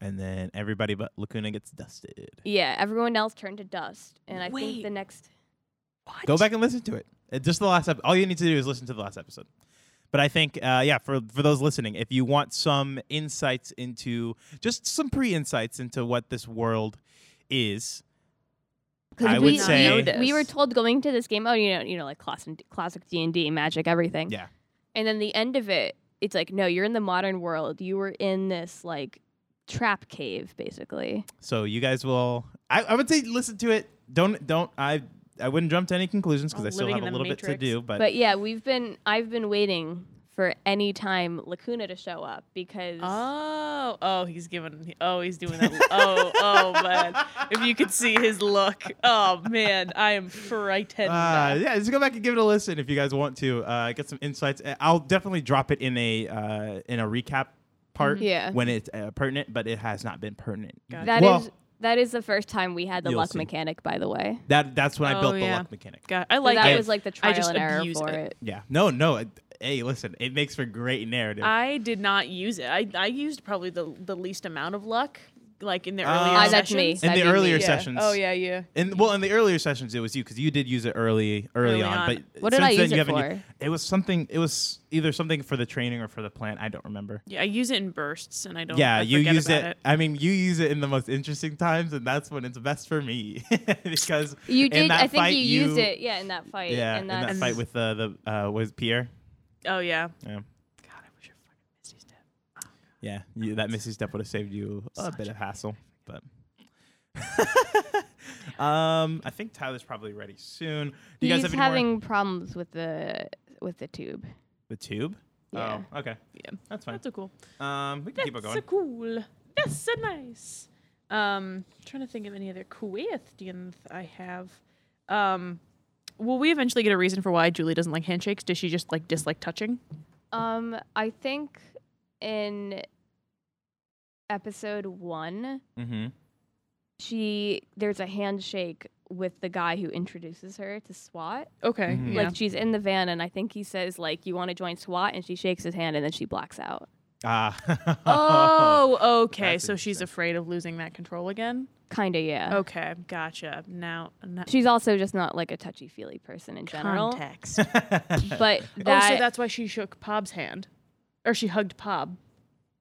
And then everybody but Lacuna gets dusted.
Yeah, everyone else turned to dust, and I think
Wait.
the next
What?
Go back and listen to it. Uh, Just the last episode. All you need to do is listen to the last episode. But I think, uh, yeah, for for those listening, if you want some insights into just some pre insights into what this world is, I
we,
would say-
we, we were told going to this game, oh, you know, you know, like class and classic D and D, magic, everything.
Yeah.
And then the end of it, it's like, no, you're in the modern world. You were in this like trap cave, basically.
So you guys will. I, I would say listen to it. Don't don't. I I wouldn't jump to any conclusions because
Oh,
I still
living
have a
in the
little bit to
Matrix.
do. But,
But yeah, we've been, I've been waiting for any time Lacuna to show up because
Oh, oh, he's giving. Oh, he's doing that. Oh, oh man! If you could see his look. Oh man, I am frightened.
uh,
now.
yeah, just go back and give it a listen if you guys want to uh, get some insights. Uh, I'll definitely drop it in a uh, in a recap part
Yeah.
when it's uh, pertinent, but it has not been pertinent.
Mm-hmm. Got it.
that is
well,
that is the first time we had the
You'll
luck
see.
mechanic, by the way.
that that's when I
Oh,
built the
yeah.
luck mechanic.
God, I
So
like
that
it.
was like the
I
trial
just
and error
abuse
for
it.
it.
Yeah. No, no. uh, Hey, listen, it makes for great narrative.
I did not use it. I, I used probably the the least amount of luck, like in the
Ah.
earlier
Ah,
Oh, that's me.
sessions.
in the
that'd be
earlier
me.
Yeah.
sessions.
Oh yeah, yeah.
In, well, in the earlier sessions, it was you because you did use it early, early,
Early
on,
on.
But
What did
since
I
then,
use
you
it
haven't u-
for?
it was something. It was either something for the training or for the plant. I don't remember.
Yeah, I use it in bursts, and I don't.
yeah,
I
you
forget
used
about
it, I mean, you use it in the most interesting times, and that's when it's best for me [laughs] because
You
in
did.
that
I think
fight,
you, used it, yeah, in that fight.
Yeah,
and
in that
that's-
fight with uh, the uh, was Pierre.
Oh yeah.
Yeah,
God, I wish I fucking missed his death.
yeah. You, that Missy step would have saved you a
Such
bit
a-
of hassle, but. [laughs] um, I think Tyler's probably ready soon. Do you guys
He's
have any more-
having problems with the with the tube.
The tube?
Yeah.
Oh, okay.
Yeah.
That's fine.
That's a cool.
Um, we can
That's
keep it
a
going.
cool. That's a nice. Um, trying to think of any other questions I have. Um, will we eventually get a reason for why Julie doesn't like handshakes? Does she just like dislike touching?
Um, I think in episode one,
Mm-hmm.
she there's a handshake with the guy who introduces her to SWAT.
Okay.
Mhm.
yeah.
Like she's in the van, and I think he says like, "You want to join SWAT?" And she shakes his hand, and then she blacks out.
Ah. [laughs]
[laughs] oh, okay.
That's
So she's
interesting.
afraid of losing that control again.
Kinda, yeah.
Okay, gotcha. Now, now
She's also just not like a touchy feely person in general.
context.
But
oh,
that
so that's why she shook Pob's hand, or she hugged Pob.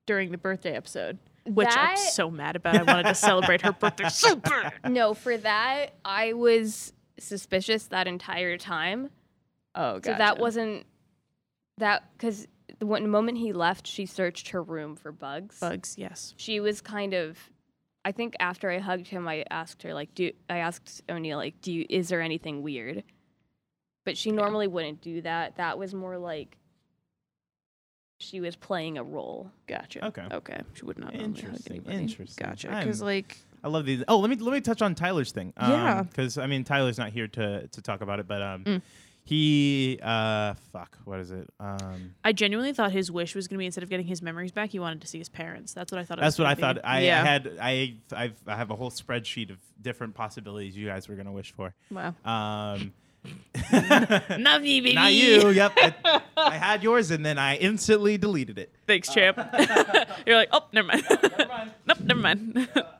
during the birthday episode, which I'm
That-
so mad about. I wanted to celebrate her birthday [laughs] so bad.
[laughs] No, for that I was suspicious that entire time.
Oh,
So that wasn't that because the one- moment he left, she searched her room for bugs.
bugs. Yes.
She was kind of. I think after I hugged him, I asked her like, "Do I asked O'Neill like, do you, is there anything weird?" But she normally wouldn't do that. That was more like she was playing a role.
Gotcha.
Okay.
Okay. Oh, She would not normally hug
Interesting,
anybody.
interesting.
Gotcha. Because
I'm-
like
I love these. Oh, let me let me touch on Tyler's thing. Um,
Yeah.
Because I mean, Tyler's not here to to talk about it, but um,
Mm.
he uh, fuck, what is it? Um,
I genuinely thought his wish was going to be instead of getting his memories back, he wanted to see his parents. That's what I thought. It
that's
was
what I
gonna
thought.
be.
I,
yeah.
I had I I've, I have a whole spreadsheet of different possibilities you guys were gonna wish for. [laughs]
wow.
Um,
Not me, baby.
not
[laughs]
you. Yep. I, I had yours, and then I instantly deleted it.
Thanks, champ. [laughs] You're like, oh, never mind. [laughs] nope, never mind. [laughs]
[laughs]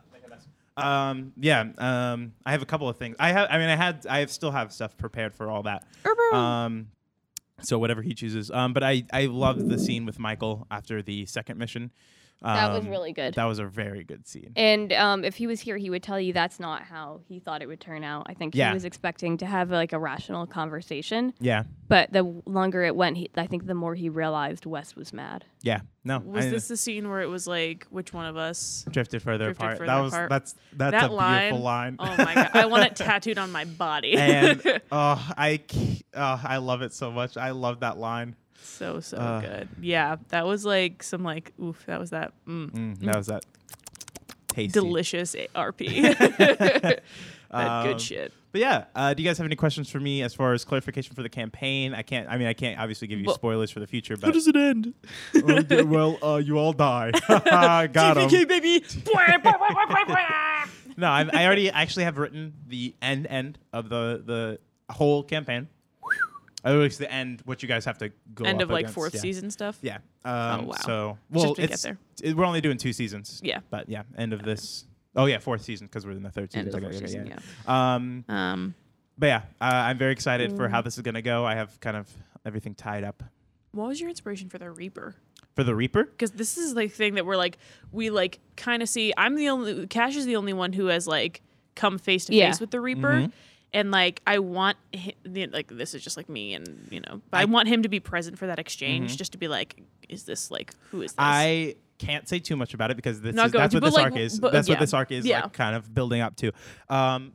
Um, yeah. Um, I have a couple of things. I have. I mean, I had. I have still have stuff prepared for all that. Um, so whatever he chooses. Um, but I I loved the scene with Michael after the second mission. Um,
That was really good.
That was a very good scene.
And um, if he was here, he would tell you that's not how he thought it would turn out. I think
Yeah.
he was expecting to have like a rational conversation,
Yeah.
but the longer it went, he, I think the more he realized Wes was mad.
Yeah. No.
was
I-
this the scene where it was like, which one of us?
drifted further
Drifted
apart?
Further
that was
Apart?
that's that's
that
a
line.
beautiful line.
Oh my god,
[laughs]
I want it tattooed on my body.
and oh, I c- oh, I love it so much. I love that line.
[laughs] so so
Uh.
good. Yeah, that was like some like oof. That was that mm,
Mm, That was that tasty.
delicious
[laughs]
RP. that
Um,
good shit.
But yeah, uh, do you guys have any questions for me as far as clarification for the campaign? I can't. I mean, I can't obviously give you
Well-
spoilers for the future, but
it end?
[laughs] Oh, d- well, uh, you all
[laughs]
die. [laughs] Got
TPK,
him. [laughs]
[laughs] baby.
No, I'm, I already actually have written the end end of the the whole campaign. At least the end, what you guys have to go
End
up
of like
against.
fourth
yeah.
season stuff.
Yeah. Um,
Oh, wow.
So
Just
well,
to get
it's-
there.
it- we're only doing two seasons.
Yeah.
But yeah, end of this. Oh yeah, fourth season because we're in the third season.
End of the
Okay,
fourth
okay,
season.
yeah.
Yeah.
Um,
Um.
but yeah, uh, I'm very excited for
Mm.
how this is gonna go. I have kind of everything tied up
What was your inspiration for the Reaper?
for the Reaper.
because this is the thing that we're like we like kind of see i'm the only cash is the only one who has like come face to
Yeah.
face with the reaper
Mm-hmm.
and like i want hi- the like this is just like me and you know but I,
I- Mm-hmm.
want him to be present for that exchange just to be like is this like who is this
I can't say too much about it because this
Not
is,
going
that's
to,
what
but,
this
like,
arc is.
but,
that's
yeah.
what this arc is
Yeah.
like, kind of building up to. Um,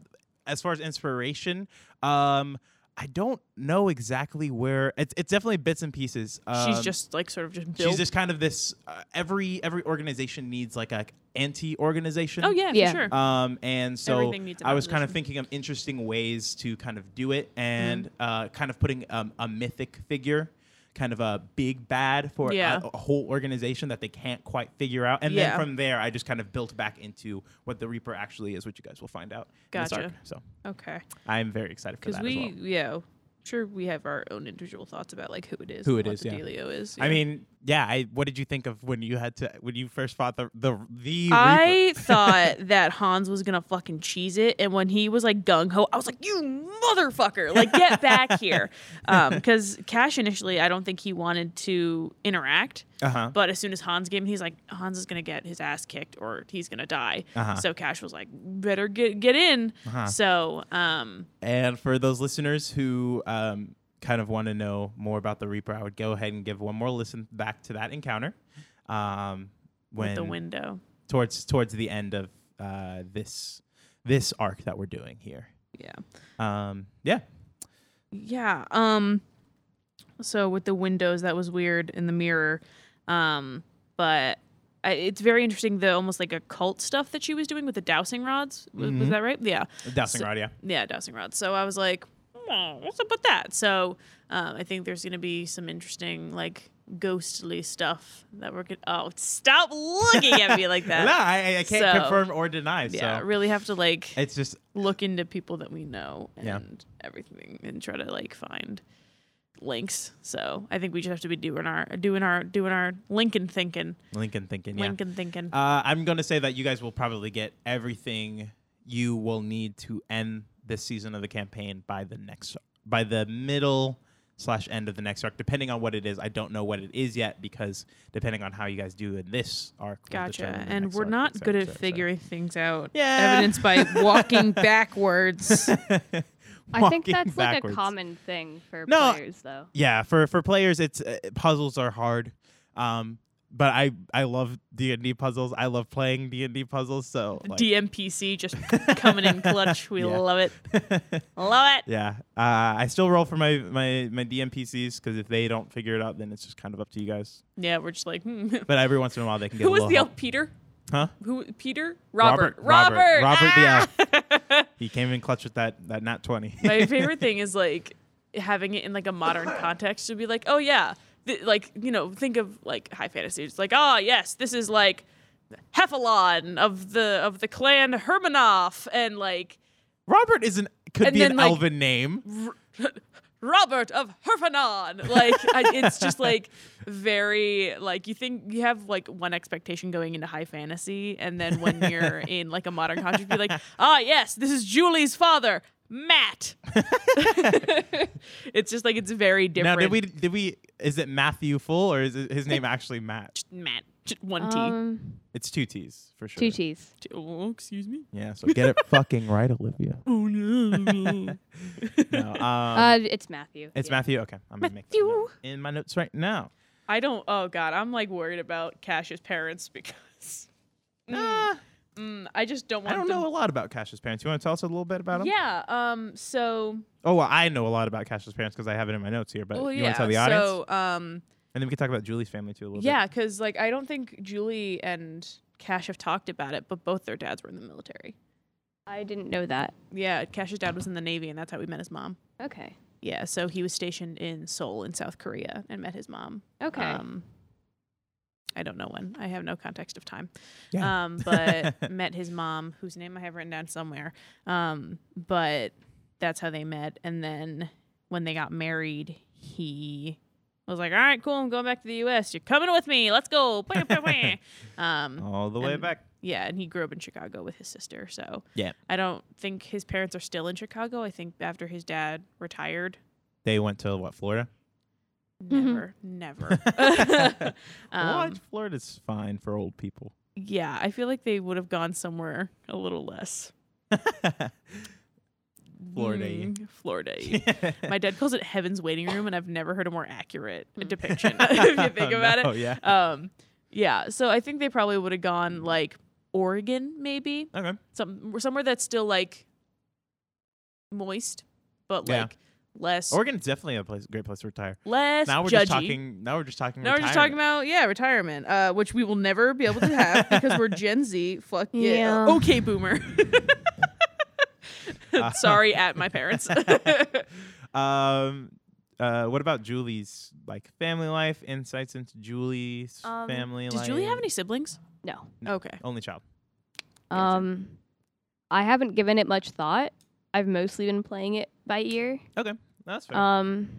as far as inspiration, um, I don't know exactly where. It's it's definitely bits and pieces. Um,
she's just like sort of just built
she's just kind of this. Uh, every every organization needs like a anti organization.
oh yeah,
Yeah.
for sure
Um, and so
Everything needs an Mm-hmm.
I was kind of
opposition.
thinking of interesting ways to kind of do it and uh, kind of putting um, a mythic figure, kind of a big bad for a-
Yeah.
a, whole organization that they can't quite figure out. And
Yeah.
then from there, I just kind of built back into what the Reaper actually is, which you guys will find out. in this
Gotcha.
arc. So
okay
I'm very excited for
because
that
we
as well.
yeah sure we have our own individual thoughts about like who it is
Who
and
it
what
is,
the
yeah.
dealio is
I
yeah.
mean, yeah. I what did you think of when you had to when you first fought the the the Reaper? [laughs]
I thought that Hans was gonna fucking cheese it, and when he was like gung ho, I was like, "You motherfucker! Like,
[laughs]
get back here!" Because Cash initially, I don't think he wanted to interact,
Uh-huh.
but as soon as Hans gave him, he's like, "Hans is gonna get his ass kicked, or he's gonna die."
Uh-huh.
So Cash was like, "Better get get in."
Uh-huh.
So, um,
And for those listeners who um, kind of want to know more about the Reaper, I would go ahead and give one more listen back to that encounter um, when
with the window,
towards towards the end of uh, this this arc that we're doing here.
yeah.
Um, yeah,
Yeah. Um so with the windows that was weird in the mirror. Um but I, it's very interesting the almost like occult stuff that she was doing with the dowsing rods. Was, was that right? Yeah.
dousing rod. Yeah,
Yeah, dowsing rods. So I was like, oh, what's up with that? So um, I think there's going to be some interesting like ghostly stuff that we're going to Oh, stop looking at me like
no,
that.
I, I can't
uh, So-
confirm or deny.
Yeah,
so
really have to like
it's just
look into people that we know and
Yeah.
everything and try to like find links. So I think we just have to be doing our doing our doing our Lincoln thinking.
Lincoln thinking. Yeah.
Lincoln thinking.
Uh, I'm going to say that you guys will probably get everything you will need to end this season of the campaign by the next by the middle slash end of the next arc, depending on what it is. I don't know what it is yet because depending on how you guys do in this arc. will
Gotcha.
determine the
And
next
we're
arc,
not
et
good
cetera,
at
et cetera. [laughs]
figuring things out.
Yeah.
Evidenced
[laughs]
by walking backwards.
I think
Walking
that's like a
backwards.
common thing for
No,
players, though.
Yeah, for for players, it's uh, puzzles are hard. Um, but I I love D and D puzzles. I love playing D and D puzzles. So like,
DMPC just coming in clutch. We
[laughs] Yeah.
love it. Love it.
yeah, uh, I still roll for my my my DMPCs because if they don't figure it out, then it's just kind of up to you guys.
Yeah, we're just like, hmm.
But every once in a while, they can get
Who
a
was
little
the
help.
elf? Peter?
Huh?
Who? Peter? Robert.
Robert.
Robert. Ah!
Robert
the [laughs] elf.
He came in clutch with that that nat
[laughs]
twenty.
My favorite thing is like having it in like a modern context to be like, oh yeah, Th- like you know, think of like high fantasy. It's like, ah, yes, this is like Hephalon of the of the clan Hermanoff and like
Robert is an could
And
be an
then, like-
elven name.
Robert of Herfanon. Like I, it's just like very like you think you have like one expectation going into high fantasy, and then when
[laughs]
you're in like a modern context, be like, ah, yes, this is Julie's father, Matt.
[laughs]
[laughs] it's just like it's very
Now
different.
did we did we is it Matthew Full or is it, his name actually Matt?
Matt, just one T.
Um,
It's two T's for sure.
two T's.
T. Oh, excuse me.
Yeah, so get
[laughs]
it fucking right, Olivia.
Oh [laughs] no.
No, um,
uh, it's Matthew.
it's
yeah.
Matthew. Okay, I'm gonna make that
Matthew.
note in my notes right now.
[laughs] I don't. Oh god, I'm like worried about Cash's parents because.
Ah,
Mm, I just don't
I
want
don't
them-
know a lot about Cash's parents. You want to tell us a little bit about them?
Yeah. Um. So.
Oh, well, I know a lot about Cash's parents because I have it in my notes here. But
Well,
you
yeah.
want to tell the audience,
So. Um.
and then we can talk about Julie's family too a little
Yeah, because like I don't think Julie and Cash have talked about it, but both their dads were in the military.
I didn't know that.
Yeah, Cash's dad was in the Navy, and that's how we met his mom.
Okay.
Yeah, so he was stationed in Seoul in South Korea and met his mom.
Okay.
Um, I don't know when. I have no context of time.
bit.
Um,
[laughs]
but met his mom, whose name I have written down somewhere. Um, but that's how they met. And then when they got married, he was like, "All right, cool. I'm going back to the U.S. You're coming with me. Let's go." [laughs] Bwah, bwah, bwah. um,
all the way
and-
back.
yeah, and he grew up in Chicago with his sister. So
Yeah.
I don't think his parents are still in Chicago. I think after his dad retired,
They went to what
[laughs]
Florida? [laughs]
never, never. [laughs] um,
what Florida's fine for old
[laughs]
people.
yeah, I feel like they would have gone somewhere a little
[laughs]
less.
Florida.
Mm, Florida.
[laughs]
My dad calls it Heaven's Waiting Room, and I've never heard a more
[laughs]
accurate depiction [laughs] if you think about
Oh
it.
yeah.
Um, yeah, so I think they probably would have gone like Oregon, maybe
Okay.
some somewhere that's still like moist, but
Yeah.
like less
Oregon's definitely a place, great place to retire.
less
Now we're
judgy.
just talking. Now we're just talking.
Now we're just talking about yeah retirement, uh, which we will never be able to have because we're Gen Z. [laughs] Fuck yeah.
Yeah.
Okay, boomer. [laughs] Sorry at my parents.
um uh what about julie's like family life insights into julie's
Um,
family
Does
life
Julie have any siblings?
No.
Okay.
only child
Gotcha.
Um, I haven't given it much thought. I've mostly been playing it by ear.
okay that's fair
Um,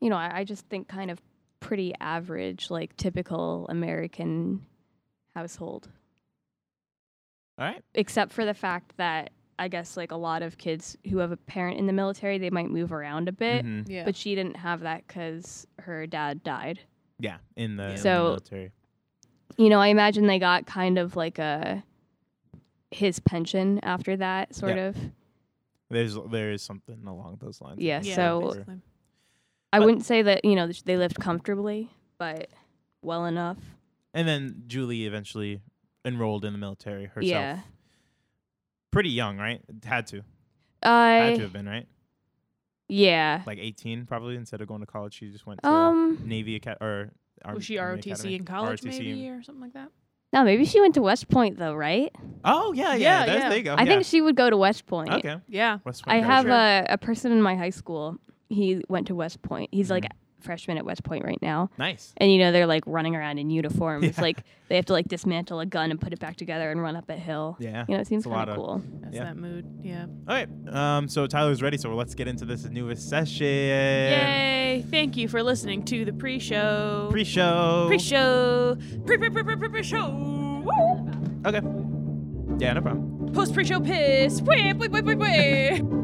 you know, I, I just think kind of pretty average, like typical American household,
all right
except for the fact that I guess like a lot of kids who have a parent in the military, they might move around a bit.
Mhm.
Yeah.
But she didn't have that because her dad died.
yeah in the, in the
So-
military
You know, I imagine they got kind of like a his pension after that, sort
Yeah.
of.
there's there is something along those lines I
Yeah,
think,
so-
for sure.
basically.
I
But-
wouldn't say that you know th- they lived comfortably, but well enough.
and then julie eventually enrolled in the military herself
Yeah.
pretty young right had to had to
I
have been right
yeah.
like 18 probably instead of going to college she just went to
Um.
navy academy or Army,
was she
Army
ROTC
Academy.
in college
ROTC
maybe or something like that?
No, maybe she went to West Point though, right?
oh yeah yeah,
Yeah,
there's-
yeah.
there you go
I
yeah.
think she would go to West Point.
okay
Yeah.
West
I
Point,
have
sure.
a, a person in my high school. He went to West Point. He's like
Mm-hmm.
a freshman at West Point right now.
nice
And you know they're like running around in uniform. It's
Yeah.
like they have to like dismantle a gun and put it back together and run up a hill.
yeah
You know, it seems
a lot
kind of
of-
cool.
That's
Yeah.
that mood. Yeah.
All right. Um, so Tyler's ready. So let's get into this newest session.
Yay. Thank you for listening to the pre show.
Pre-show.
Pre show. Pre pre pre pre pre pre show.
Okay. Yeah, no problem.
Post pre show piss. Wait, wait, wait, wait, wait.